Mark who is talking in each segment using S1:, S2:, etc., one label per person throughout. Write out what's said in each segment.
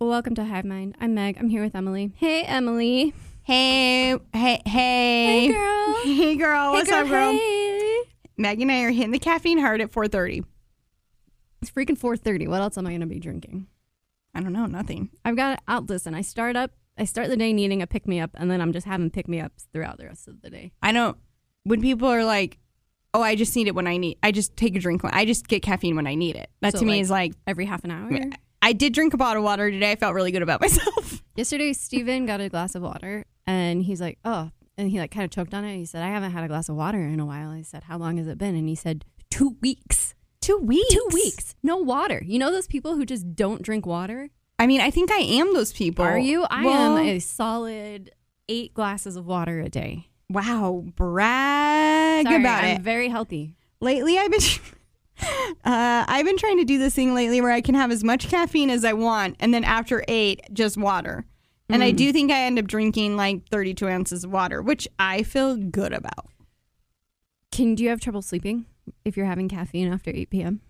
S1: Welcome to Hive Mind. I'm Meg. I'm here with Emily. Hey, Emily.
S2: Hey, hey, hey.
S1: Hey, girl.
S2: Hey, girl. What's
S1: hey, girl,
S2: up, girl?
S1: Hey.
S2: Maggie and I are hitting the caffeine hard at 4.30.
S1: It's freaking 4:30. What else am I going to be drinking?
S2: I don't know, nothing.
S1: I've got out. Listen, I start up. I start the day needing a pick me up, and then I'm just having pick me ups throughout the rest of the day.
S2: I don't, when people are like, oh, I just need it when I need, I just take a drink. When, I just get caffeine when I need it. That
S1: So,
S2: to me
S1: like-
S2: is like,
S1: Every half an hour.
S2: I did drink a bottle of water today. I felt really good about myself.
S1: Yesterday, Steven got a glass of water, and he's like, "Oh," and he like kind of choked on it. He said, "I haven't had a glass of water in a while." I said, "How long has it been?" And he said, two weeks."
S2: Two weeks.
S1: Two weeks. No water. You know those people who just don't drink water?
S2: I mean, I think I am those people.
S1: Are you? I
S2: Well,
S1: am a solid eight glasses of water a day.
S2: wow, brag
S1: Sorry,
S2: about
S1: I'm
S2: it.
S1: very healthy.
S2: lately i've been uh, i've been trying to do this thing lately where i can have as much caffeine as i want and then after eight just water and i do think i end up drinking like 32 ounces of water which i feel good about
S1: Can do you have trouble sleeping if you're having caffeine after 8 p.m.?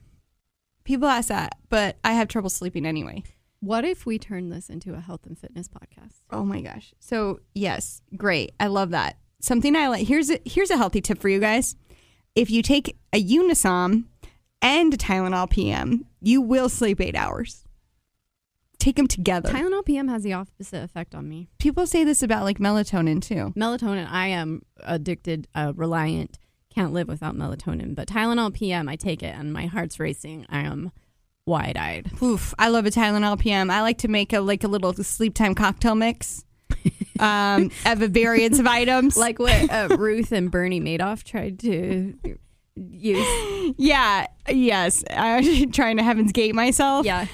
S2: people ask that but i have trouble sleeping anyway
S1: What if we turn this into a health and fitness podcast?
S2: oh my gosh so yes great i love that something i like here's a here's a healthy tip for you guys if you take a unisom and a tylenol pm you will sleep eight hours take them together
S1: Tylenol PM has the opposite effect on me.
S2: people say this about like melatonin too.
S1: Melatonin, I am addicted, uh, reliant, can't live without melatonin. But Tylenol PM, I take it and my heart's racing. I am wide eyed.
S2: Oof, I love a Tylenol PM. I like to make a like a little sleep time cocktail mix um, of a variance of items.
S1: Like what uh, Ruth and Bernie Madoff tried to use.
S2: yeah, yes, I'm trying to heaven's gate myself.
S1: Yeah.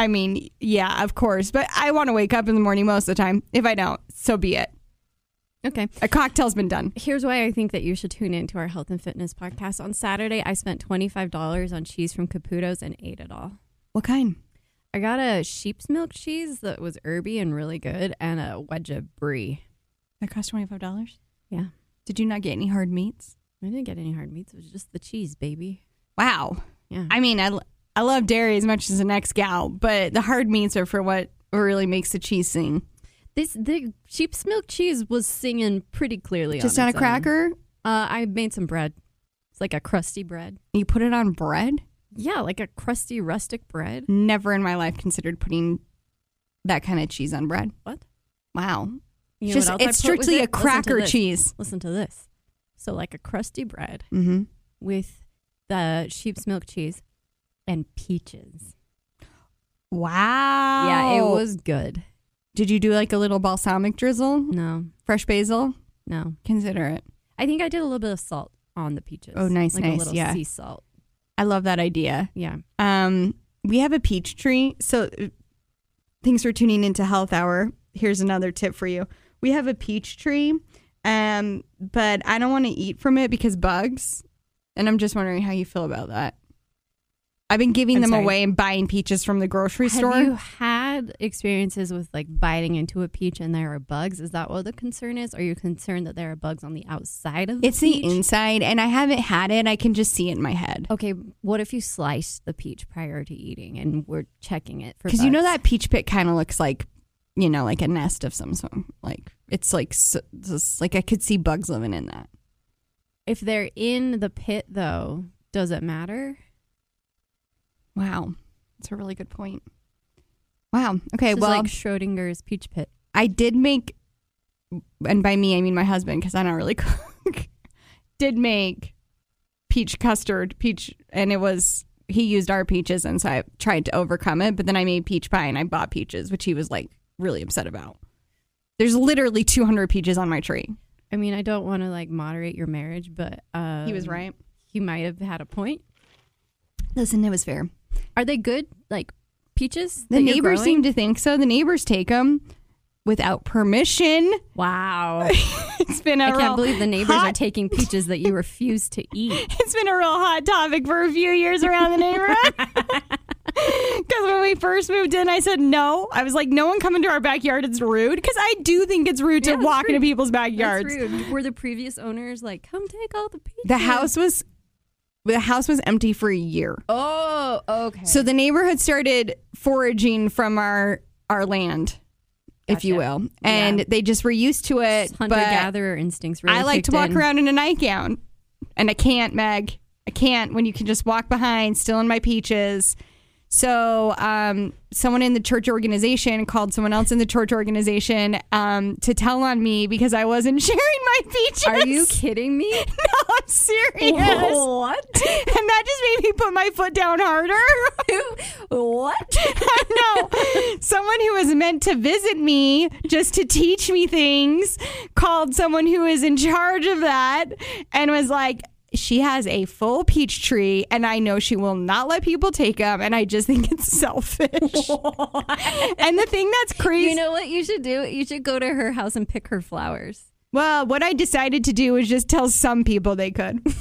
S2: I mean, yeah, of course, but I want to wake up in the morning most of the time. If I don't, so be it.
S1: Okay.
S2: A cocktail's been done.
S1: Here's why I think that you should tune into our health and fitness podcast. On Saturday, I spent $25 on cheese from Caputo's and ate it all.
S2: What kind?
S1: I got a sheep's milk cheese that was herby and really good, and a wedge of brie.
S2: That cost twenty five dollars.
S1: Yeah,
S2: Did you not get any hard meats?
S1: I didn't get any hard meats. It was just the cheese, baby.
S2: Wow.
S1: Yeah,
S2: I mean, I, l- I love dairy as much as the next gal, but the hard meats are for what really makes the cheese sing.
S1: this the sheep's milk cheese was singing pretty clearly.
S2: Just
S1: on,
S2: on a
S1: its own.
S2: cracker,
S1: Uh, I made some bread. It's like a crusty bread.
S2: you put it on bread.
S1: Yeah, like a crusty rustic bread.
S2: Never in my life considered putting that kind of cheese on bread.
S1: What?
S2: Wow.
S1: You know
S2: Just-
S1: what else I
S2: it's
S1: put with
S2: strictly
S1: it?
S2: a
S1: Listen to
S2: cracker
S1: this.
S2: cheese.
S1: Listen to this. So like a crusty bread
S2: Mm-hmm.
S1: with the sheep's milk cheese and peaches.
S2: Wow.
S1: Yeah, it was good.
S2: Did you do like a little balsamic drizzle?
S1: No,
S2: Fresh basil?
S1: no.
S2: Consider it.
S1: I think I did a little bit of salt on the peaches.
S2: Oh, nice,
S1: like
S2: nice,
S1: A little
S2: yeah.
S1: sea salt.
S2: I love that idea.
S1: Yeah.
S2: Um, we have a peach tree. So uh, thanks for tuning into Health Hour. Here's another tip for you. We have a peach tree, um, but I don't want to eat from it because bugs. And I'm just wondering how you feel about that. I've been giving
S1: I'm
S2: them
S1: sorry.
S2: away and buying peaches from the grocery
S1: Have
S2: store.
S1: you had experiences with like biting into a peach and there are bugs? Is that what the concern is? Are you concerned that there are bugs on the outside of the
S2: it's
S1: peach?
S2: the inside, and I haven't had it. I can just see it in my head.
S1: okay, what if you slice the peach prior to eating and we're checking it for
S2: Because you know
S1: bugs?
S2: that peach pit kind of looks like, you know, like a nest of some sort. Like, it's like, so, just, like I could see bugs living in that.
S1: if they're in the pit though, does it matter?
S2: Wow. That's a really good point. Wow. Okay.
S1: This is
S2: well,
S1: like Schrodinger's peach pit.
S2: I did make, and by me, I mean my husband, because I don't really cook, did make peach custard, peach, and it was, he used our peaches, and so I tried to overcome it, but then I made peach pie and I bought peaches, which he was like really upset about. There's literally 200 peaches on my tree.
S1: I mean, I don't want to like moderate your marriage, but uh,
S2: he was right.
S1: He might have had a point.
S2: Listen, it was fair.
S1: Are they good? Like peaches?
S2: The
S1: that you're
S2: neighbors
S1: growing?
S2: seem to think so. The neighbors take them without permission.
S1: Wow.
S2: It's been a
S1: I
S2: real
S1: can't believe the neighbors are
S2: hot
S1: taking peaches that you refuse to eat.
S2: It's been a real hot topic for a few years around the neighborhood. Because when we first moved in, I said no. I was like, no one come into our backyard. It's rude. Because I do think it's rude
S1: Yeah,
S2: to
S1: it's
S2: walk into
S1: rude.
S2: people's backyards.
S1: rude. Were the previous owners like, come take all the peaches?
S2: The house was the house was empty for a year.
S1: Oh, okay.
S2: So the neighborhood started foraging from our our land, if you
S1: Gotcha.
S2: will. And
S1: Yeah.
S2: they just were used to it.
S1: Hunter
S2: But
S1: gatherer instincts really
S2: I like to
S1: kicked
S2: walk
S1: in.
S2: around in a nightgown, and I can't, Meg. I can't when you can just walk behind, stealing my peaches. So, um, someone in the church organization called someone else in the church organization um, to tell on me because I wasn't sharing my peaches.
S1: Are you kidding me?
S2: No, I'm serious.
S1: What?
S2: And that just made me put my foot down harder.
S1: what?
S2: I know. Someone who was meant to visit me just to teach me things called someone who is in charge of that and was like, she has a full peach tree, and I know she will not let people take them. And I just think it's selfish. and the thing that's crazy,
S1: You know what you should do? You should go to her house and pick her flowers.
S2: well, what I decided to do was just tell some people they could.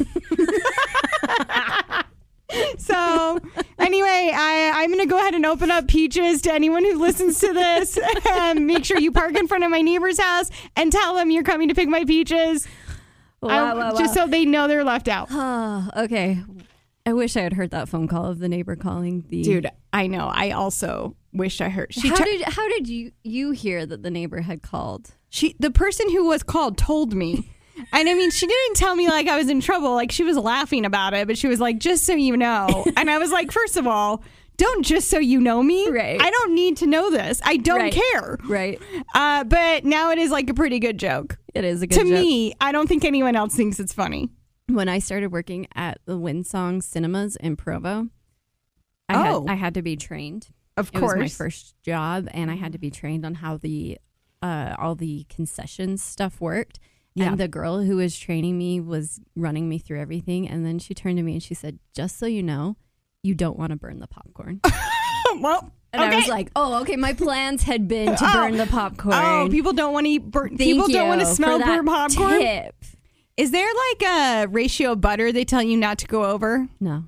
S2: So anyway, I, I'm going to go ahead and open up peaches to anyone who listens to this. um, make sure you park in front of my neighbor's house and tell them you're coming to pick my peaches, I-
S1: Wow, wow, wow.
S2: just so they know they're left out.
S1: Ah, okay. I wish I had heard that phone call of the neighbor calling the
S2: Dude, I know. I also wish I heard. She,
S1: How
S2: tur-
S1: did how did you you hear that the neighbor had called?
S2: she, the person who was called, told me. And I mean, she didn't tell me like I was in trouble. Like she was laughing about it, but she was like, "Just so you know." And I was like, first of all, don't just so you know me.
S1: Right.
S2: I don't need to know this. I don't
S1: Right.
S2: care."
S1: Right.
S2: Uh, but now it is like a pretty good joke.
S1: It is a good
S2: to
S1: joke.
S2: me, I don't think anyone else thinks it's funny.
S1: when I started working at the Windsong Cinemas in Provo, I,
S2: Oh.
S1: had, I had to be trained.
S2: Of
S1: It
S2: course,
S1: was my first job, and I had to be trained on how the uh, all the concessions stuff worked.
S2: Yeah.
S1: And the girl who was training me was running me through everything, and then she turned to me and she said, "Just so you know, you don't want to burn the popcorn."
S2: well,
S1: And
S2: okay.
S1: I was like, "Oh, okay." My plans had been to
S2: Oh.
S1: burn the popcorn.
S2: oh, people don't want to eat burnt.
S1: Thank
S2: People don't want to
S1: you
S2: smell
S1: for that
S2: burnt popcorn.
S1: Tip.
S2: Is there like a ratio of butter they tell you not to go over?
S1: No,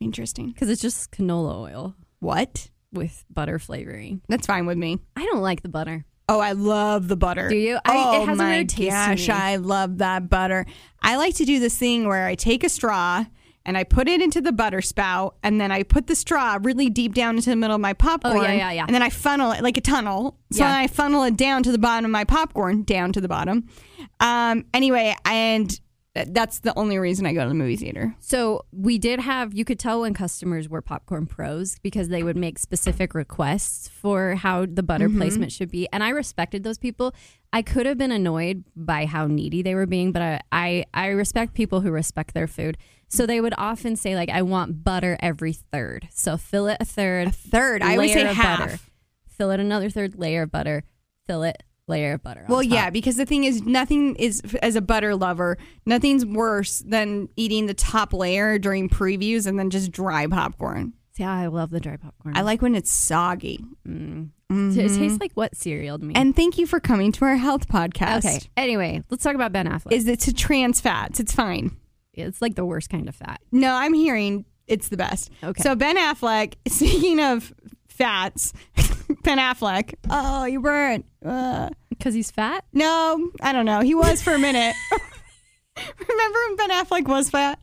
S2: Interesting.
S1: because it's just canola oil
S2: What?
S1: with butter flavoring.
S2: That's fine with me.
S1: I don't like the butter.
S2: Oh, I love the butter.
S1: Do you? I-
S2: oh
S1: it has a
S2: my
S1: weird taste to
S2: gosh,
S1: me.
S2: I love that butter. I like to do this thing where I take a straw and I put it into the butter spout, and then I put the straw really deep down into the middle of my popcorn.
S1: Oh, yeah, yeah.
S2: And then I funnel it like a tunnel. So
S1: Yeah.
S2: then I funnel it down to the bottom of my popcorn, down to the bottom. Um. Anyway, and th- that's the only reason I go to the movie theater.
S1: So we did have, you could tell when customers were popcorn pros because they would make specific requests for how the butter
S2: Mm-hmm.
S1: placement should be. And I respected those people. I could have been annoyed by how needy they were being, but I, I, I respect people who respect their food. So they would often say, like, I want butter every third. So fill it a third. A
S2: third? I always say half.
S1: Fill it another third layer of butter. Fill it layer of butter. on
S2: Well,
S1: top.
S2: yeah, because the thing is, nothing is as a butter lover, nothing's worse than eating the top layer during previews and then just dry popcorn.
S1: Yeah, I love the dry popcorn.
S2: I like when it's soggy.
S1: it tastes like what cereal to me.
S2: And thank you for coming to our health podcast.
S1: okay. Anyway, let's talk about Ben Affleck.
S2: is it to trans fats? It's fine.
S1: it's like the worst kind of fat.
S2: No, I'm hearing it's the best.
S1: Okay.
S2: So Ben Affleck. Speaking of fats, Ben Affleck. Oh, you burnt. Uh,
S1: Because he's fat?
S2: no, I don't know. He was for a minute. Remember when Ben Affleck was fat?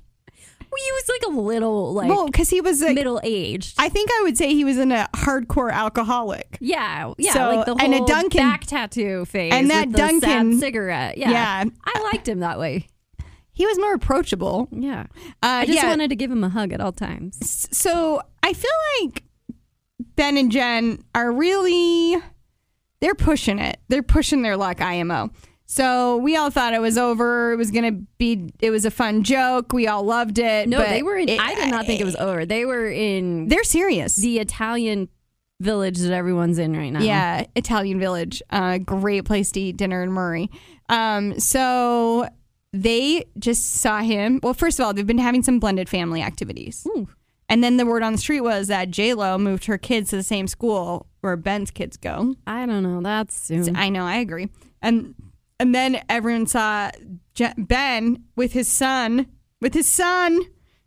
S1: Well, he was like a little, like,
S2: well, because he was a
S1: middle aged.
S2: I think I would say he was in a hardcore alcoholic.
S1: Yeah, yeah,
S2: So,
S1: like the whole
S2: and a Dunkin'-
S1: back tattoo phase
S2: and that
S1: with the sad
S2: Dunkin'-
S1: cigarette. Yeah.
S2: Yeah.
S1: I liked him that way.
S2: He was more approachable.
S1: Yeah,
S2: Uh,
S1: I just
S2: yeah.
S1: wanted to give him a hug at all times.
S2: so I feel like Ben and Jen are really they're pushing it. They're pushing their luck IMO. So we all thought it was over. It was gonna be. It was a fun joke. We all loved it.
S1: No,
S2: but
S1: they were in.
S2: it-
S1: I did not think it was over. They were in
S2: They're serious.
S1: the Italian village that everyone's in right now.
S2: Yeah, Italian Village. Uh, great place to eat dinner in Murray. Um, so they just saw him. Well, first of all, they've been having some blended family activities.
S1: Ooh.
S2: And then the word on the street was that J Lo moved her kids to the same school where Ben's kids go.
S1: I don't know. That's soon.
S2: I know, I agree. And and then everyone saw Je- Ben with his son, with his son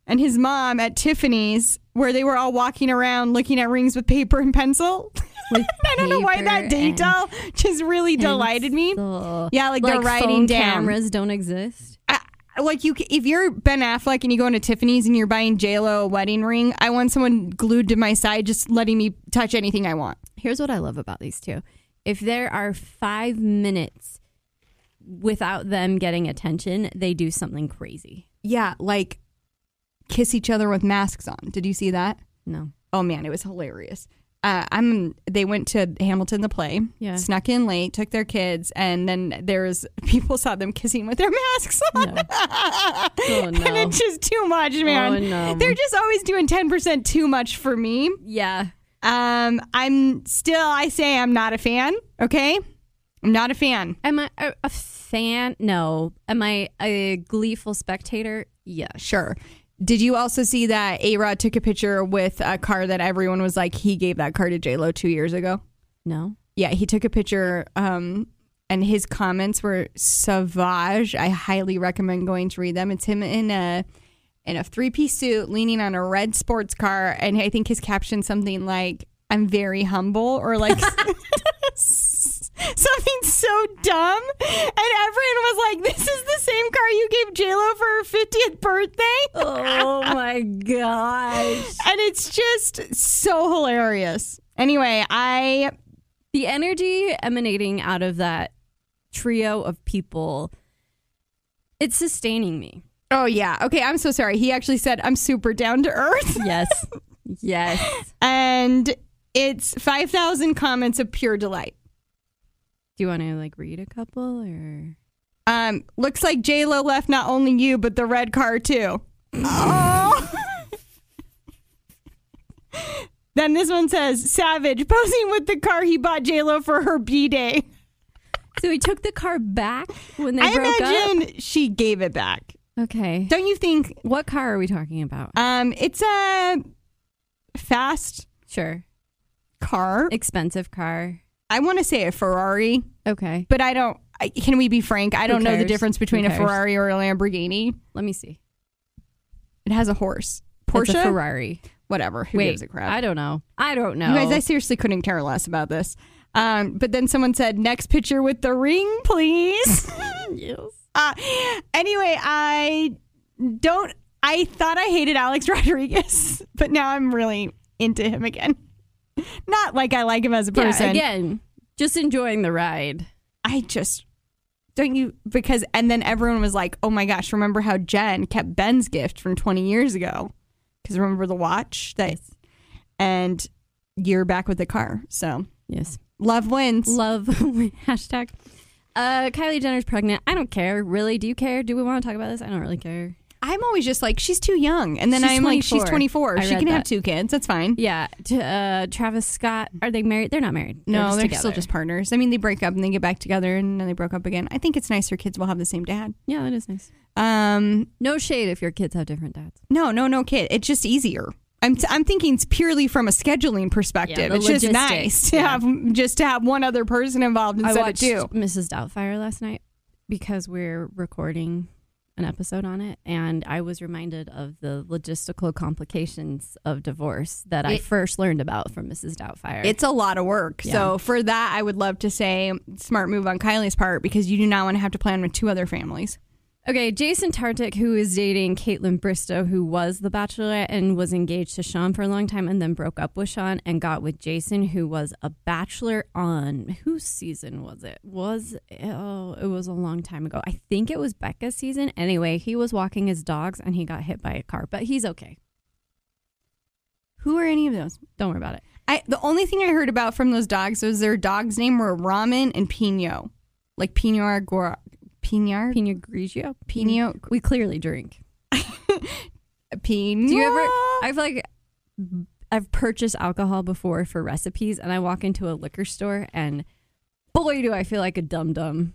S2: and his mom at Tiffany's, where they were all walking around looking at rings with paper and pencil.
S1: With
S2: I don't know why
S1: paper
S2: that
S1: and
S2: detail just really delighted me.
S1: pencil.
S2: Yeah, like, they're
S1: like
S2: writing
S1: phone
S2: down.
S1: cameras don't exist.
S2: I- like you, c- if you're Ben Affleck and you go into Tiffany's and you're buying J Lo a wedding ring, I want someone glued to my side, just letting me touch anything I want.
S1: Here's what I love about these two. If there are five minutes without them getting attention, they do something crazy.
S2: Yeah, like kiss each other with masks on. Did you see that?
S1: No.
S2: Oh man, it was hilarious. Uh, I'm. They went to Hamilton the play.
S1: Yeah.
S2: Snuck in late, took their kids, and then there's people saw them kissing with their masks on.
S1: No. Oh,
S2: And
S1: no.
S2: it's just too much, man.
S1: Oh, no.
S2: They're just always doing ten percent too much for me.
S1: Yeah.
S2: Um, I'm still. I say I'm not a fan. Okay, I'm not a fan.
S1: Am I a, a fan? No. Am I a gleeful spectator? Yes.
S2: Sure. Did you also see that A Rod took a picture with a car that everyone was like, he gave that car to J Lo two years ago?
S1: No.
S2: Yeah, he took a picture, um, and his comments were savage. I highly recommend going to read them. It's him in a in a three piece suit, leaning on a red sports car, and I think his caption something like, "I'm very humble," or like. Something so dumb, and everyone was like, "This is the same car you gave J Lo for her fiftieth birthday."
S1: Oh my gosh.
S2: and it's just so hilarious. Anyway, I
S1: The energy emanating out of that trio of people, it's sustaining me.
S2: oh yeah, okay. I'm so sorry. He actually said I'm super down to earth,
S1: Yes. yes.
S2: and it's five thousand comments of pure delight.
S1: Do you want to like read a couple or?
S2: Um, looks like J Lo left not only you but the red car too. oh. then this one says Savage posing with the car he bought J Lo for her b day.
S1: So he took the car back when they
S2: I
S1: broke
S2: imagine she gave it back.
S1: up. Okay.
S2: Don't you think?
S1: What car are we talking about?
S2: Um, it's a fast
S1: Sure.
S2: car.
S1: Expensive car.
S2: I want to say a Ferrari,
S1: Okay.
S2: but I don't. I, can we be frank? I don't know the
S1: cares?
S2: difference between
S1: Who
S2: a
S1: cares?
S2: Ferrari or a Lamborghini.
S1: Let me see.
S2: It has a horse.
S1: That's
S2: Porsche?
S1: a Ferrari.
S2: Whatever. Who
S1: Wait.
S2: gives a crap?
S1: I don't know. I don't know.
S2: You guys, I seriously couldn't care less about this. Um, but then someone said, next picture with the ring, please. uh, anyway, I don't. I thought I hated Alex Rodriguez, but now I'm really into him again. Not like I like him as a
S1: Yeah,
S2: person.
S1: again, just enjoying the ride.
S2: I just don't you because and then everyone was like, "Oh my gosh, remember how Jen kept Ben's gift from 20 years ago?" Cuz remember the watch that and you're back with the car. So,
S1: Yes.
S2: love wins.
S1: Love hashtag. Uh, Kylie Jenner's pregnant. I don't care. Really? Do you care? Do we want to talk about this? I don't really care.
S2: I'm always just like, "She's too young." And then
S1: She's
S2: I'm like, "She's
S1: 24.
S2: 24.
S1: I
S2: she
S1: read
S2: can have
S1: that.
S2: two kids. That's fine."
S1: Yeah. T- uh, Travis Scott. Are they married? They're not married.
S2: No, they're,
S1: just
S2: still
S1: together.
S2: just partners. I mean, they break up and they get back together and then they broke up again. I think it's nice their kids will have the same dad.
S1: Yeah, that is nice.
S2: Um,
S1: No shade if your kids have different dads.
S2: No, no, no, kid. It's just easier. I'm, t- I'm thinking it's purely from a scheduling perspective.
S1: Yeah, the
S2: it's just
S1: logistics.
S2: nice to
S1: Yeah.
S2: have just to have one other person involved instead
S1: I watched
S2: of two.
S1: Mrs. Doubtfire last night because we're recording an episode on it, and I was reminded of the logistical complications of divorce that I
S2: It-
S1: first learned about from Mrs. Doubtfire.
S2: It's a lot of work. So for that, I would love to say smart move on Kylie's part because you do not want to have to plan with two other families.
S1: Okay, Jason Tartik, who is dating Caitlin Bristow, who was the bachelorette and was engaged to Sean for a long time and then broke up with Sean and got with Jason, who was a bachelor on whose season was it? Was oh, it was a long time ago. I think it was Becca's season. Anyway, he was walking his dogs and he got hit by a car, but he's okay.
S2: Who are any of those?
S1: Don't worry about it.
S2: I the only thing I heard about from those dogs was their dog's name were Ramen and Pino, like Pino Agora, Pino,
S1: Pina Grigio.
S2: Pino,
S1: We clearly drink.
S2: Pino.
S1: Do you ever? I've like, I've purchased alcohol before for recipes, and I walk into a liquor store, and boy, do I feel like a dum dum.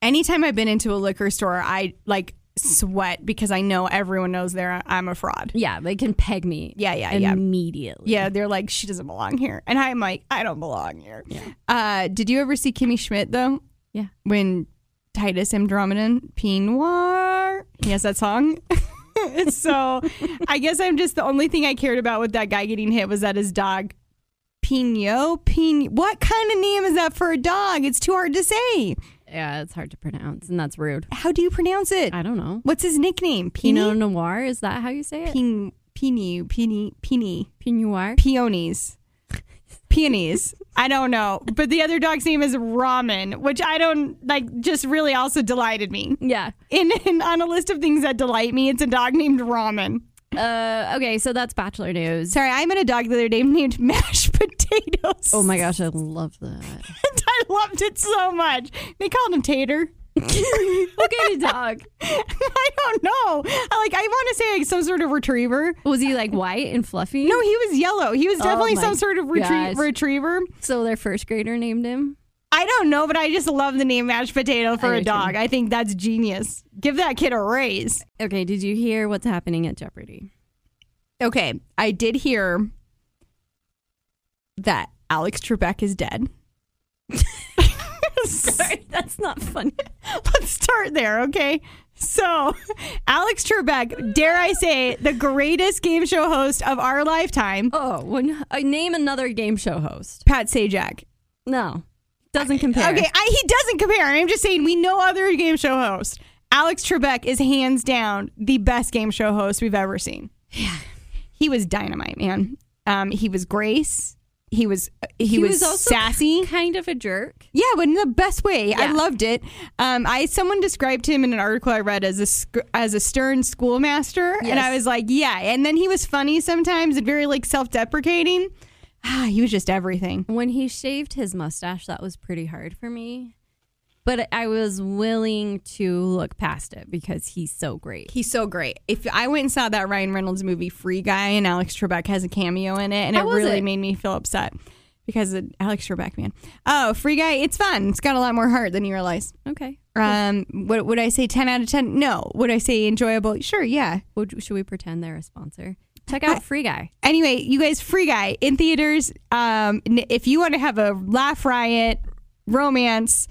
S2: anytime I've been into a liquor store, I like sweat because I know everyone knows there I'm a fraud.
S1: Yeah, they can peg me.
S2: Yeah, yeah, yeah.
S1: immediately.
S2: Yeah, they're like, she doesn't belong here. And I'm like, I don't belong here.
S1: Yeah.
S2: Uh, did you ever see Kimmy Schmidt, though?
S1: Yeah.
S2: When Titus Andromedan, Pinoir. He has that song. so I guess I'm just the only thing I cared about with that guy getting hit was that his dog, Pino, Pino. What kind of name is that for a dog? It's too hard to say.
S1: yeah, it's hard to pronounce, and that's rude.
S2: How do you pronounce it?
S1: I don't know.
S2: What's his nickname?
S1: Pinot
S2: Pini?
S1: Noir is that how you say it?
S2: Pin, Pini, Pini, Pini,
S1: Pinot Noir.
S2: Peonies. Peonies. I don't know. But the other dog's name is Ramen, which I don't like, just really also delighted me.
S1: Yeah.
S2: In, in on a list of things that delight me, it's a dog named Ramen.
S1: Uh, okay, so that's Bachelor news.
S2: Sorry, I met a dog the other day named Mashed Potatoes.
S1: Oh my gosh, I love that.
S2: And I loved it so much. They called him Tater.
S1: what kind of dog?
S2: I don't know. I, like I want to say like some sort of retriever.
S1: Was he like white and fluffy?
S2: No, he was yellow. He was definitely
S1: Oh my
S2: some sort of
S1: gosh.
S2: retrie- retriever.
S1: So their first grader named him.
S2: I don't know, but I just love the name mashed potato for
S1: I
S2: a
S1: do too.
S2: dog. I think that's genius. Give that kid a raise.
S1: Okay, did you hear what's happening at Jeopardy?
S2: Okay, I did hear that Alex Trebek is dead.
S1: Sorry, that's not funny.
S2: Let's start there, okay? So, Alex Trebek, dare I say, the greatest game show host of our lifetime,
S1: Oh, when I name another game show host.
S2: Pat Sajak.
S1: No, doesn't compare.
S2: Okay, I, he doesn't compare. I'm just saying we know other game show hosts. Alex Trebek is hands down the best game show host we've ever seen. Yeah, he was dynamite, man. Um, he was grace. He was he, was, sassy.
S1: kind of a jerk.
S2: Yeah, but in the best way. I
S1: Yeah.
S2: loved it. Um, I someone described him in an article I read as a sc- as a stern schoolmaster, and
S1: Yes.
S2: I was like, yeah. And then he was funny sometimes and very like self deprecating. Ah, he was just everything.
S1: When he shaved his mustache, that was pretty hard for me. But I was willing to look past it because he's so great.
S2: He's so great. If I went and saw that Ryan Reynolds movie Free Guy and Alex Trebek has a cameo in it, and
S1: How
S2: it
S1: was
S2: really
S1: it?
S2: made me feel upset because of Alex Trebek, man. Oh, Free Guy, it's fun. It's got a lot more heart than you realize.
S1: Okay.
S2: Um, what would I say? Ten out of ten? No. Would I say enjoyable? Sure, yeah.
S1: Would, should we pretend they're a sponsor? Check out Free Guy.
S2: Anyway, you guys, Free Guy in theaters. Um, n- if you want to have a laugh riot romance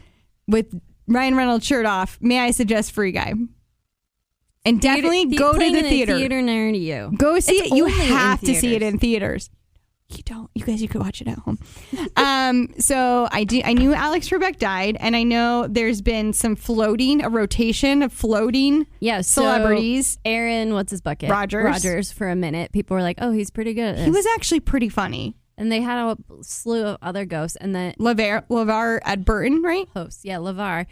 S2: with Ryan Reynolds shirt off, may I suggest Free Guy? And definitely
S1: Theater-
S2: go to
S1: playing
S2: the
S1: in a
S2: theater.
S1: Theater near you.
S2: Go see
S1: It's
S2: it. You
S1: only in
S2: have to see it
S1: theaters.
S2: in theaters. You don't. You guys, you could watch it at home. um, so I do. I knew Alex Trebek died, and I know there's been some floating, a rotation of floating
S1: Yeah, so
S2: celebrities.
S1: Aaron, what's his bucket?
S2: Rodgers.
S1: Rogers. For a minute, people were like, "Oh, he's pretty good." At this.
S2: He was actually pretty funny.
S1: and they had a slew of other ghosts, and then
S2: Lavar, Lavar at Burton, right?
S1: hosts, yeah, Lavar.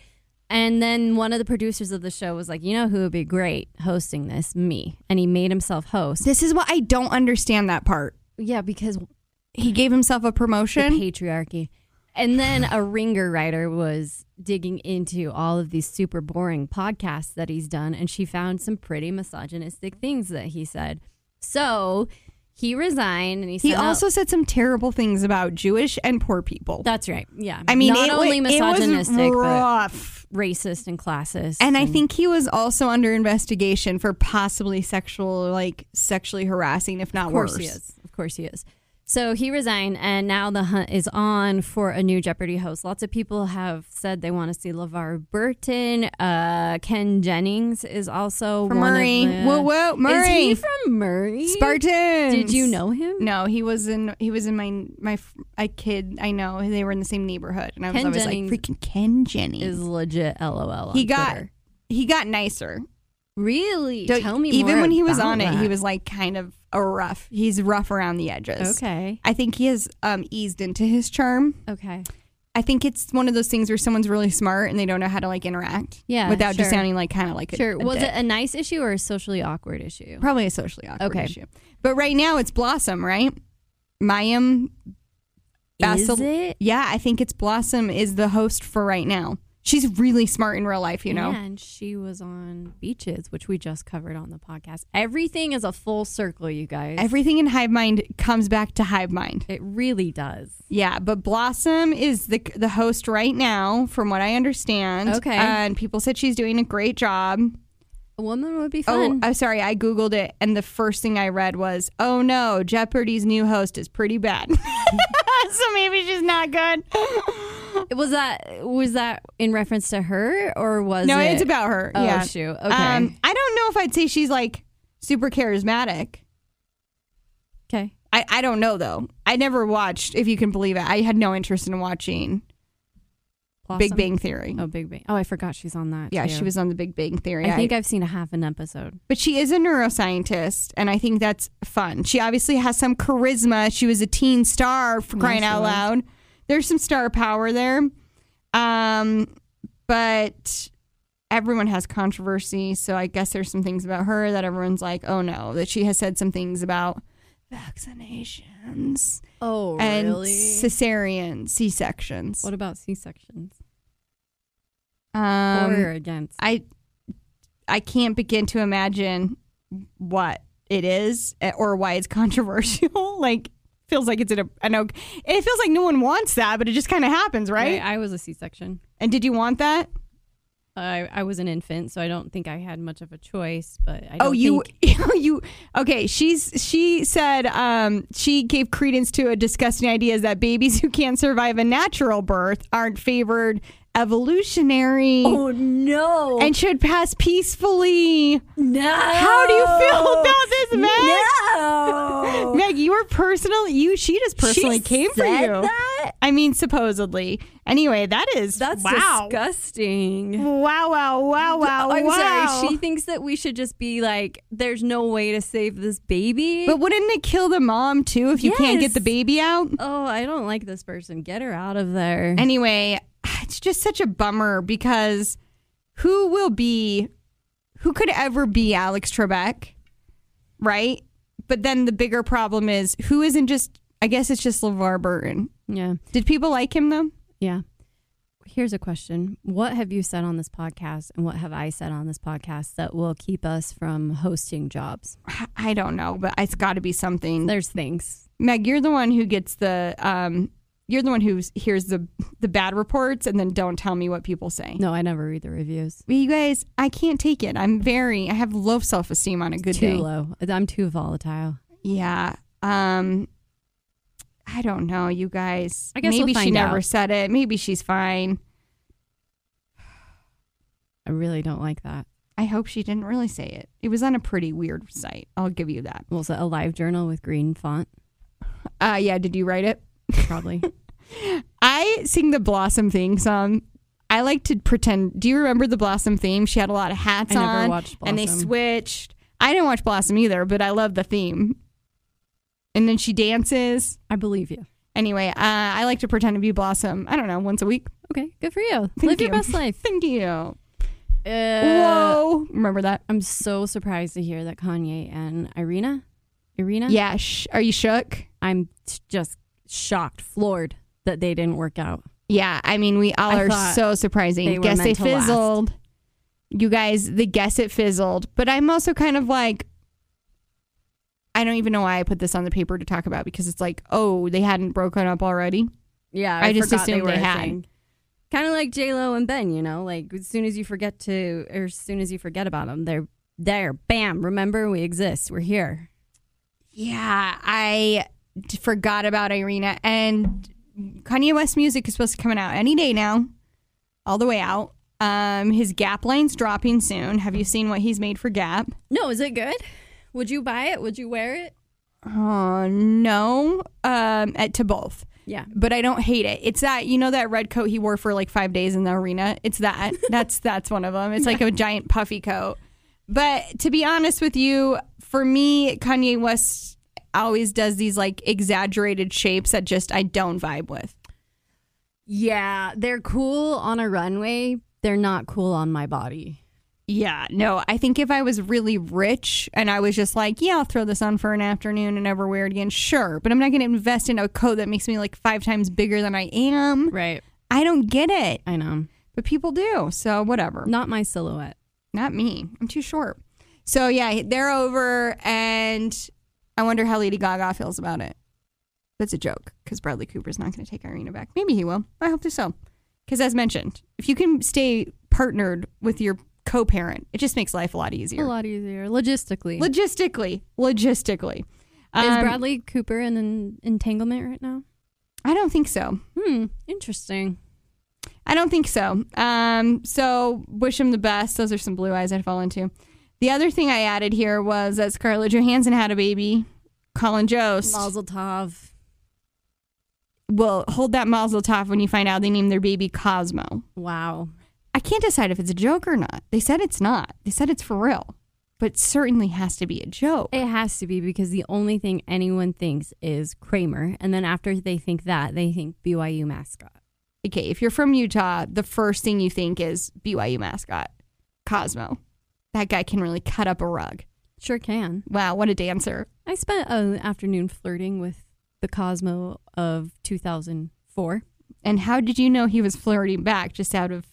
S1: And then one of the producers of the show was like, "You know who would be great hosting this? Me." And he made himself host.
S2: This is what I don't understand that part.
S1: Yeah, because
S2: He gave himself a promotion.
S1: The patriarchy. And then a ringer writer was digging into all of these super boring podcasts that he's done, and she found some pretty misogynistic things that he said. So he resigned, and he, "Oh,
S2: He
S1: sent out-
S2: also said some terrible things about Jewish and poor people.
S1: that's right, yeah.
S2: I mean,
S1: not
S2: it, wa-
S1: only
S2: it
S1: misogynistic, but
S2: was rough.
S1: racist and classist,
S2: and I think he was also under investigation for possibly sexual, like sexually harassing, if not
S1: of course
S2: worse.
S1: he is. Of course he is. So he resigned, and now the hunt is on for a new Jeopardy host. Lots of people have said they want to see LeVar Burton. Uh, Ken Jennings is also
S2: From
S1: one
S2: Murray.
S1: Of the,
S2: Whoa, whoa,
S1: Is he
S2: Murray.
S1: from Murray?
S2: Spartans.
S1: Did you know him?
S2: No, he was in. He was in my my f- a kid. I know they were in the same neighborhood, and I was
S1: Ken
S2: always
S1: Jennings
S2: like, "Freaking Ken Jennings."
S1: Is legit. LOL. on
S2: he got
S1: Twitter.
S2: he got nicer.
S1: really.
S2: Don't-
S1: Tell me
S2: even
S1: more
S2: when he was
S1: about
S2: on it,
S1: that.
S2: he was like kind of a rough. He's rough around the edges.
S1: okay.
S2: I think he has um, eased into his charm.
S1: Okay.
S2: I think it's one of those things where someone's really smart and they don't know how to like interact.
S1: Yeah,
S2: Without
S1: sure.
S2: just sounding like kind of like a,
S1: Sure.
S2: a
S1: Was
S2: dick.
S1: it a nice issue or a socially awkward issue?
S2: probably a socially awkward
S1: Okay.
S2: issue. But right now it's Blossom, right? Mayim
S1: Is
S2: Basil-
S1: it?
S2: Yeah, I think it's Blossom is the host for right now. She's really smart in real life, you know.
S1: And she was on Beaches, which we just covered on the podcast. Everything is a full circle, you guys.
S2: Everything in Hive Mind comes back to Hive Mind.
S1: it really does.
S2: Yeah, but Blossom is the the host right now, from what I understand. Uh,
S1: Okay.
S2: and people said she's doing a great job.
S1: A woman would be
S2: Oh,
S1: fun.
S2: I'm sorry, I googled it, and the first thing I read was, "Oh no, Jeopardy's new host is pretty bad." so maybe she's not good.
S1: was that was that in reference to her or was
S2: no,
S1: it?
S2: it's about her.
S1: Oh
S2: yeah.
S1: shoot. Okay.
S2: Um, I don't know if I'd say she's like super charismatic.
S1: okay.
S2: I, I don't know though. I never watched, if you can believe it. I had no interest in watching Big
S1: Blossom?
S2: Bang Theory.
S1: Oh, Big Bang. Oh, I forgot she's on that.
S2: yeah,
S1: too.
S2: she was on the Big Bang Theory.
S1: I think I've seen a half an episode.
S2: but she is a neuroscientist, and I think that's fun. She obviously has some charisma. She was a teen star for
S1: Yes,
S2: crying
S1: she
S2: out
S1: was.
S2: loud. There's some star power there. Um, but everyone has controversy, so I guess there's some things about her that everyone's like, oh no, that she has said some things about vaccinations
S1: Oh,
S2: and cesarean C sections.
S1: what about C sections?
S2: Um,
S1: or against?
S2: I I can't begin to imagine what it is eh, or why it's controversial. like feels like it's an, an ok- it feels like no one wants that, but it just kind of happens, right?
S1: I was a C section.
S2: And did you want that?
S1: I I was an infant, so I don't think I had much of a choice. But I
S2: Oh,
S1: don't
S2: you
S1: think-
S2: you okay? She's she said um, she gave credence to a disgusting idea is that babies who can't survive a natural birth aren't favored evolutionary
S1: Oh no!
S2: and should pass peacefully.
S1: no.
S2: How do you feel about this, Meg?
S1: No.
S2: Meg, you were personal. You she just personally
S1: Oh. She
S2: came for
S1: said
S2: you.
S1: that?
S2: I mean, supposedly. Anyway, that is
S1: That's
S2: wow.
S1: disgusting.
S2: Wow, wow, wow, wow,
S1: I'm
S2: wow.
S1: sorry. She thinks that we should just be like, "There's no way to save this baby."
S2: but wouldn't it kill the mom too if you can't get
S1: Yes.
S2: the baby out?
S1: oh, I don't like this person. Get her out of there.
S2: Anyway, it's just such a bummer because who will be, who could ever be Alex Trebek, right? But then the bigger problem is who isn't just. I guess it's just LeVar Burton.
S1: yeah.
S2: Did people like him though?
S1: Yeah. Here's a question. What have you said on this podcast and what have I said on this podcast that will keep us from hosting jobs?
S2: I don't know, but it's got to be something.
S1: There's things.
S2: Meg, you're the one who gets the um you're the one who hears the the bad reports and then don't tell me what people say.
S1: No, I never read the reviews.
S2: Well, you guys, I can't take it. I'm very I have low self-esteem on a good
S1: too
S2: day.
S1: low. I'm too volatile.
S2: Yeah. Um I don't know, you guys.
S1: I guess
S2: maybe
S1: we'll
S2: she
S1: find
S2: never
S1: out.
S2: said it. Maybe she's fine.
S1: I really don't like that.
S2: I hope she didn't really say it. It was on a pretty weird site. I'll give you that.
S1: Was it a live journal with green font?
S2: Uh yeah, did you write it?
S1: Probably.
S2: I sing the Blossom theme song. I like to pretend. Do you remember the Blossom theme? She had a lot of hats
S1: I never
S2: on,
S1: watched
S2: and they
S1: Blossom.
S2: switched. I didn't watch Blossom either, but I love the theme. And then she dances.
S1: I believe you.
S2: Anyway, uh, I like to pretend to be Blossom. I don't know, once a week.
S1: Okay. Good for you.
S2: Thank
S1: Live
S2: you.
S1: your best life.
S2: Thank you.
S1: Uh,
S2: Whoa, remember that?
S1: I'm so surprised to hear that Kanye and Irina, Irina,
S2: Yeah. Sh- are you shook?
S1: I'm t- just shocked, floored that they didn't work out.
S2: Yeah. I mean, we all
S1: I
S2: are
S1: thought
S2: so surprising.
S1: they were
S2: guess they
S1: meant to last.
S2: fizzled. You guys, the guess it fizzled. But I'm also kind of like, I don't even know why I put this on the paper to talk about because it's like, oh, they hadn't broken up already.
S1: Yeah,
S2: I just assumed they had.
S1: Kind of like J Lo and Ben, you know, like as soon as you forget to, or as soon as you forget about them, they're there. Bam! Remember, we exist. We're here.
S2: Yeah, I d- forgot about Irina and Kanye West music is supposed to be coming out any day now, all the way out. Um, his Gap line's dropping soon. Have you seen what he's made for Gap?
S1: No, is it good? Would you buy it? Would you wear it?
S2: Oh no, um, at, to both.
S1: Yeah.
S2: but I don't hate it. It's that you know that red coat he wore for like five days in the arena. It's that. That's that's one of them. It's like a giant puffy coat. But to be honest with you, for me, Kanye West always does these like exaggerated shapes that just I don't vibe with.
S1: Yeah, they're cool on a runway. They're not cool on my body.
S2: Yeah, no, I think if I was really rich and I was just like, yeah, I'll throw this on for an afternoon and never wear it again, sure. But I'm not going to invest in a coat that makes me like five times bigger than I am.
S1: Right.
S2: I don't get it,
S1: I know.
S2: but people do. So whatever.
S1: Not my silhouette.
S2: Not me. I'm too short. So yeah, they're over, and I wonder how Lady Gaga feels about it. That's a joke because Bradley Cooper's not going to take Irina back. Maybe he will. I hope so. Because as mentioned, if you can stay partnered with your co-parent, it just makes life a lot
S1: A
S2: easier.
S1: lot easier logistically.
S2: Logistically, logistically.
S1: is
S2: Um,
S1: Bradley Cooper in an entanglement right now?
S2: I don't think so.
S1: Hmm. Interesting.
S2: I don't think so. Um, so wish him the best. Those are some blue eyes I'd fall into. The other thing I added here was that Scarlett Johansson had a baby, Colin Jost.
S1: Mazel tov.
S2: will hold that muzzle top when you find out they named their baby Cosmo.
S1: Wow.
S2: I can't decide if it's a joke or not. They said it's not. They said it's for real, but it certainly has to be a joke.
S1: It has to be because the only thing anyone thinks is Kramer. And then after they think that, they think BYU mascot.
S2: Okay, if you're from Utah, the first thing you think is BYU mascot, Cosmo. That guy can really cut up a rug.
S1: Sure can.
S2: Wow, what a dancer.
S1: I spent an afternoon flirting with the Cosmo of 2004.
S2: And how did you know he was flirting back just out of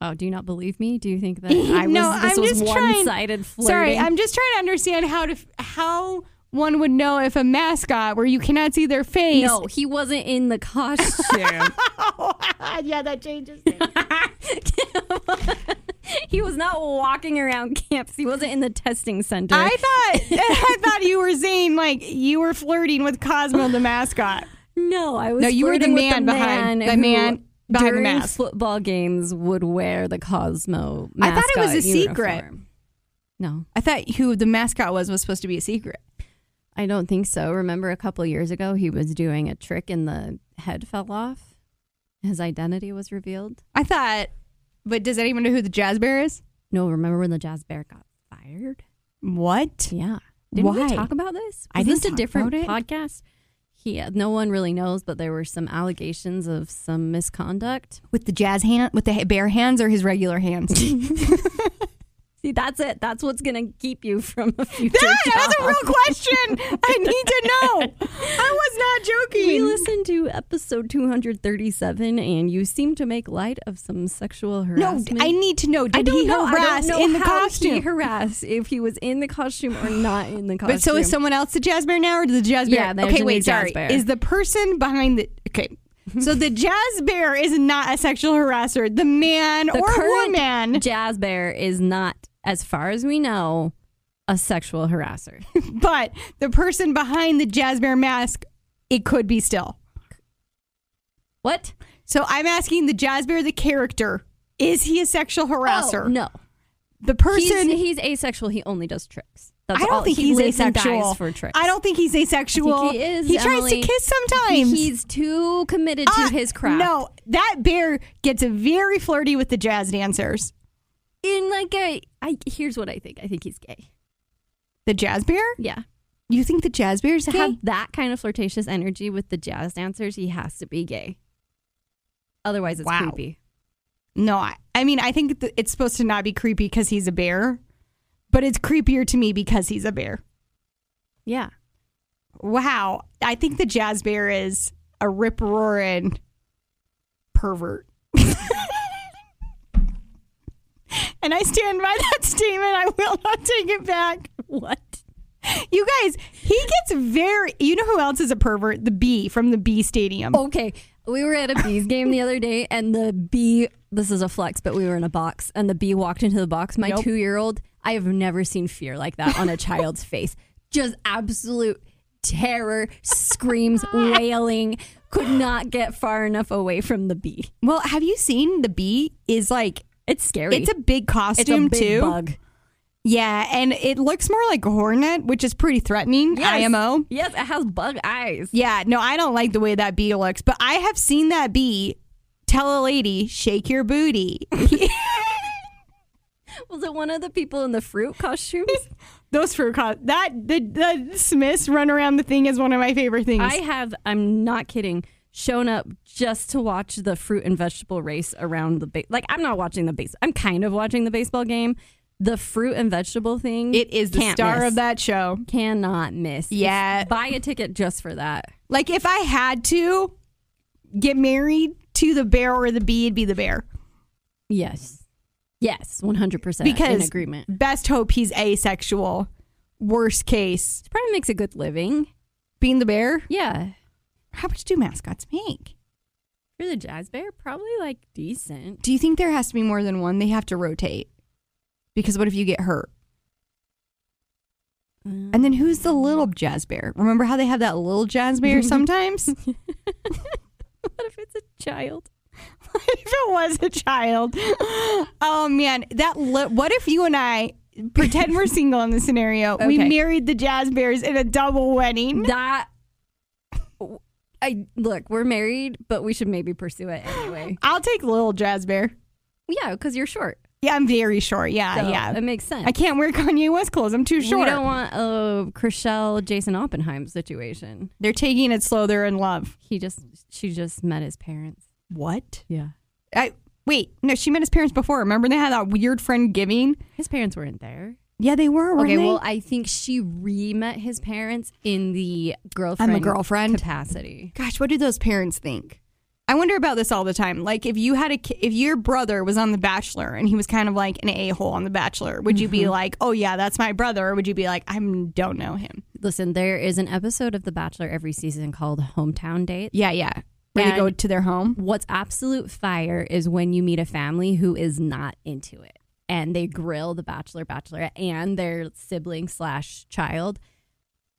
S1: Oh, do you not believe me? Do you think that I was
S2: No,
S1: this
S2: I'm
S1: was
S2: just trying-
S1: one-sided flirting?
S2: Sorry, I'm just trying to understand how to how one would know if a mascot where you cannot see their face.
S1: no, he wasn't in the costume.
S2: yeah, that changes things.
S1: he was not walking around camps. He wasn't in the testing center.
S2: I thought I thought you were saying like you were flirting with Cosmo the mascot.
S1: no, I was.
S2: No, you were the
S1: flirting with
S2: man behind-
S1: man
S2: the
S1: who
S2: man behind the
S1: during
S2: mask.
S1: Football games would wear the Cosmo.
S2: I thought it was
S1: mascot
S2: a secret.
S1: uniform. No,
S2: I thought who the mascot was was supposed to be a secret.
S1: I don't think so. Remember, a couple years ago, he was doing a trick and the head fell off. His identity was revealed.
S2: I thought, but does anyone know who the jazz bear is?
S1: No, remember when the jazz bear got fired?
S2: What?
S1: Yeah. Didn't
S2: Why?
S1: we talk about this?
S2: I
S1: Is
S2: didn't
S1: this a
S2: talk
S1: different
S2: about it.
S1: podcast? Yeah, no one really knows, but there were some allegations of some misconduct.
S2: With the jazz hand, with the bear hands or his regular hands?
S1: See, that's it. That's what's gonna keep you from a future
S2: that, that was a
S1: job.
S2: real question. I need to know. I was not joking.
S1: We listened to episode 237, and you seem to make light of some sexual
S2: no,
S1: harassment.
S2: I need to know. Did
S1: I don't
S2: he
S1: know.
S2: harass
S1: I don't know
S2: in the
S1: how
S2: costume?
S1: He harassed if he was in the costume or not in the costume.
S2: But so is someone else the jazz bear now, or the jazz bear?
S1: Yeah, there's
S2: okay,
S1: a new
S2: wait,
S1: jazz
S2: sorry.
S1: bear.
S2: Is the person behind the okay? So the jazz bear is not a sexual harasser. The man
S1: the
S2: or
S1: current
S2: woman,
S1: jazz bear is not, as far as we know, a sexual harasser.
S2: but the person behind the jazz bear mask, it could be still.
S1: What?
S2: So I'm asking the jazz bear, the character, is he a sexual harasser?
S1: Oh, no,
S2: The person.
S1: he's, he's asexual. He only does tricks. That's
S2: I don't
S1: all.
S2: think
S1: he
S2: he's
S1: lives and
S2: asexual.
S1: dies for tricks.
S2: I don't think he's asexual.
S1: he is,
S2: He tries
S1: Emily.
S2: to kiss sometimes.
S1: He's too committed to
S2: Ah,
S1: his craft.
S2: No, that bear gets very flirty with the jazz dancers.
S1: in like a. I here's what I think. I think he's gay.
S2: The jazz bear?
S1: Yeah,
S2: You think the jazz bears
S1: to
S2: gay?
S1: have that kind of flirtatious energy with the jazz dancers, he has to be gay. Otherwise, it's
S2: Wow.
S1: creepy.
S2: no, I, I mean I think th- it's supposed to not be creepy because he's a bear, but it's creepier to me because he's a bear.
S1: Yeah,
S2: Wow, I think the jazz bear is a rip roaring pervert. And I stand by that statement. I will not take it back.
S1: what?
S2: You guys, he gets very. You know who else is a pervert? The bee from the bee stadium.
S1: Okay, we were at a bees game the other day, and the bee. This is a flex, but we were in a box, and the bee walked into the box. My
S2: Nope.
S1: two year old, I have never seen fear like that on a child's face. Just absolute terror, screams,
S2: Ah.
S1: wailing. Could not get far enough away from the bee.
S2: Well, have you seen the bee? Is like
S1: It's scary.
S2: it's a big
S1: It's a
S2: costume
S1: big
S2: too.
S1: bug.
S2: Yeah, and it looks more like a hornet, which is pretty threatening.
S1: Yes.
S2: IMO.
S1: Yes, it has bug eyes.
S2: Yeah, no, I don't like the way that bee looks, but I have seen that bee tell a lady, "Shake your booty."
S1: Was it one of the people in the fruit costumes?
S2: Those fruit co- that the, the Smiths run around the thing is one of my favorite things.
S1: I have, I'm not kidding, shown up just to watch the fruit and vegetable race around the base. Like, I'm not watching the base. I'm kind of watching the baseball game. The fruit and vegetable thing.
S2: it is the
S1: can't
S2: star
S1: miss.
S2: of that show.
S1: Cannot miss.
S2: Yeah.
S1: It's- buy a ticket just for that.
S2: Like if I had to get married to the bear or the bee, it'd be the bear.
S1: Yes. Yes, 100% in
S2: Because-
S1: agreement.
S2: Best hope he's asexual. Worst case,
S1: It probably makes a good living.
S2: being the bear.
S1: Yeah.
S2: How much do mascots make?
S1: For the jazz bear, probably like decent.
S2: Do you think there has to be more than one? They have to rotate. Because what if you get hurt? And then who's the little jazz bear? Remember how they have that little jazz bear sometimes? if
S1: What if it's a child?
S2: it was a child. Oh man, that li- what if you and I pretend we're single in this scenario? We
S1: Okay.
S2: married the jazz bears in a double wedding.
S1: That I look, we're married, but we should maybe pursue it anyway.
S2: I'll take little jazz bear.
S1: yeah, because you're short.
S2: Yeah, I'm very short. Yeah,
S1: So
S2: yeah.
S1: it makes sense.
S2: I can't wear Kanye West clothes. I'm too
S1: We
S2: short.
S1: don't want a Chriselle Jason Oppenheim situation.
S2: They're taking it slow. They're in love.
S1: He just, she just met his parents.
S2: What?
S1: Yeah,
S2: I wait. No, she met his parents before. Remember they had that weird friend giving.
S1: his parents weren't there.
S2: Yeah, they were.
S1: Okay,
S2: weren't they?
S1: well, I think she re met his parents in the girlfriend.
S2: I'm a girlfriend.
S1: capacity.
S2: Gosh, what do those parents think? I wonder about this all the time. Like, if you had a, ki- if your brother was on The Bachelor and he was kind of like an a hole on The Bachelor, would you be like, "Oh yeah, that's my brother," or would you be like, "I don't know him"?
S1: Listen, there is an episode of The Bachelor every season called Hometown Date.
S2: Yeah, yeah. Where you
S1: And-
S2: go to their home.
S1: What's absolute fire is when you meet a family who is not into it and they grill the bachelor, bachelorette, and their sibling slash child.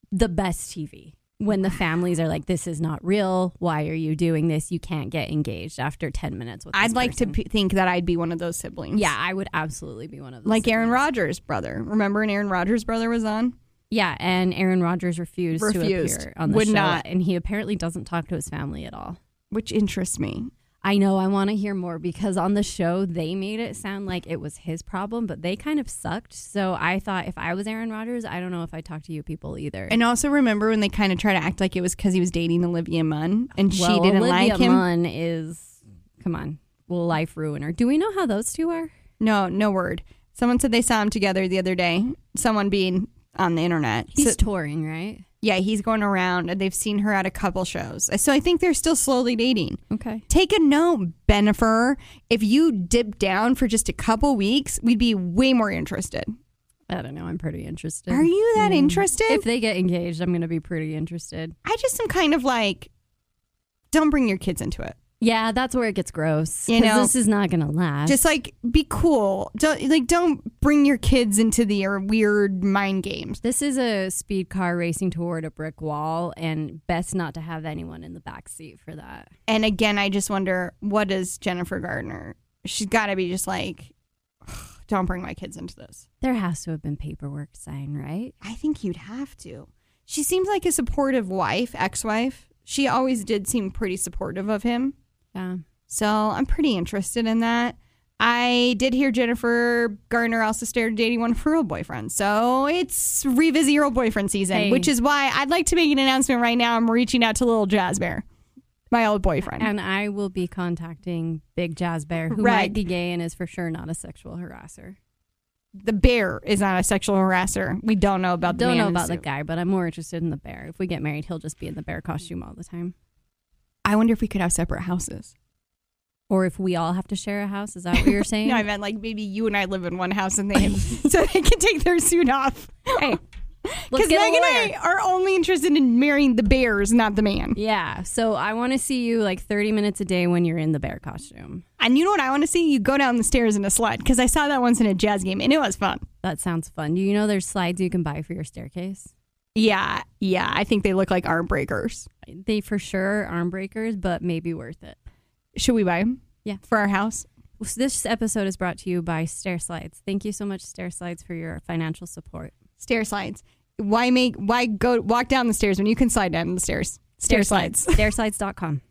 S1: The best TV when the families are like, "This is not real. Why are you doing this? You can't get engaged after ten minutes." With
S2: I'd
S1: this
S2: like
S1: person."
S2: to p- think that I'd be one of those siblings.
S1: Yeah, I would absolutely be one of those.
S2: like Aaron
S1: siblings.
S2: Rodgers' brother. Remember when Aaron Rodgers' brother was on?
S1: Yeah, and Aaron Rodgers refused,
S2: Refused.
S1: to appear on the
S2: Would
S1: show,
S2: not.
S1: and he apparently doesn't talk to his family at all.
S2: Which interests me.
S1: I know. I want to hear more because on the show they made it sound like it was his problem, but they kind of sucked. So I thought if I was Aaron Rodgers, I don't know if I talk to you people either.
S2: And also remember when they kind of try to act like it was because he was dating Olivia Munn and she
S1: Well,
S2: didn't
S1: Olivia
S2: like him.
S1: Munn is come on, life ruiner. Do we know how those two are?
S2: No, no word. Someone said they saw him together the other day. Someone being on the internet.
S1: He's
S2: So-
S1: touring, right?
S2: yeah, he's going around and they've seen her at a couple shows. So I think they're still slowly dating.
S1: Okay.
S2: Take a note, Benifer. If you dip down for just a couple weeks, we'd be way more interested.
S1: I don't know. I'm pretty interested.
S2: Are you that interested?
S1: mm. If they get engaged, I'm going to be pretty interested.
S2: I just am kind of like, don't bring your kids into it.
S1: Yeah, that's where it gets gross.
S2: You
S1: 'cause
S2: know,
S1: this is not going to last.
S2: Just like be cool. Don't like don't bring your kids into the uh, weird mind games.
S1: This is a speed car racing toward a brick wall, and best not to have anyone in the back seat for that.
S2: And again, I just wonder what is Jennifer Gardner? She's got to be just like, don't bring my kids into this.
S1: There has to have been paperwork signed, right?
S2: I think you'd have to. She seems like a supportive wife, ex-wife. She always did seem pretty supportive of him.
S1: Yeah.
S2: So I'm pretty interested in that. I did hear Jennifer Garner also started dating one of her old boyfriends. So it's revisit your old boyfriend season,
S1: Hey.
S2: which is why I'd like to make an announcement right now. I'm reaching out to little Jazz Bear, my old boyfriend.
S1: And I will be contacting Big Jazz Bear, who
S2: Right.
S1: might be gay and is for sure not a sexual harasser.
S2: the bear is not a sexual harasser. We don't know about the
S1: Don't
S2: man
S1: know
S2: in
S1: about the
S2: suit.
S1: guy, but I'm more interested in the bear. If we get married, he'll just be in the bear costume all the time.
S2: I wonder if we could have separate houses.
S1: Or if we all have to share a house, is that what you're saying?
S2: No, I meant like maybe you and I live in one house and they so they can take their suit off.
S1: hey,
S2: Because
S1: let's get a
S2: Meg and
S1: lawyer.
S2: I are only interested in marrying the bears, not the man.
S1: Yeah, so I want to see you like 30 minutes a day when you're in the bear costume.
S2: And you know what I want to see? You go down the stairs in a slide because I saw that once in a jazz game and it was fun.
S1: That sounds fun. Do you know there's slides you can buy for your staircase?
S2: Yeah, yeah. I think they look like arm breakers.
S1: They for sure are arm breakers, but maybe worth it.
S2: Should we buy them?
S1: Yeah.
S2: for our house.
S1: So this episode is brought to you by Stair Slides. Thank you so much, Stair Slides, for your financial support.
S2: Stair slides. Why make? Why go walk down the stairs when you can slide down the stairs? Stair, slides.
S1: Stairslides.com.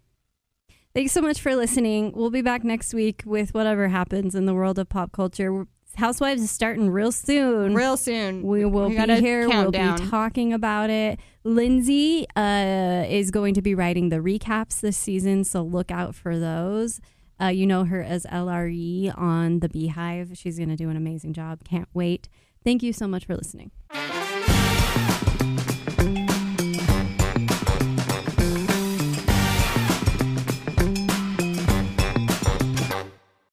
S1: Thanks so much for listening. We'll be back next week with whatever happens in the world of pop culture. Housewives is starting real soon.
S2: Real soon.
S1: We will
S2: We
S1: be
S2: got a
S1: here. We'll
S2: countdown.
S1: be talking about it. Lindsay uh, is going to be writing the recaps this season, so look out for those. Uh, you know her as E LRE on The Beehive. She's going to do an amazing job. Can't wait. Thank you so much for listening.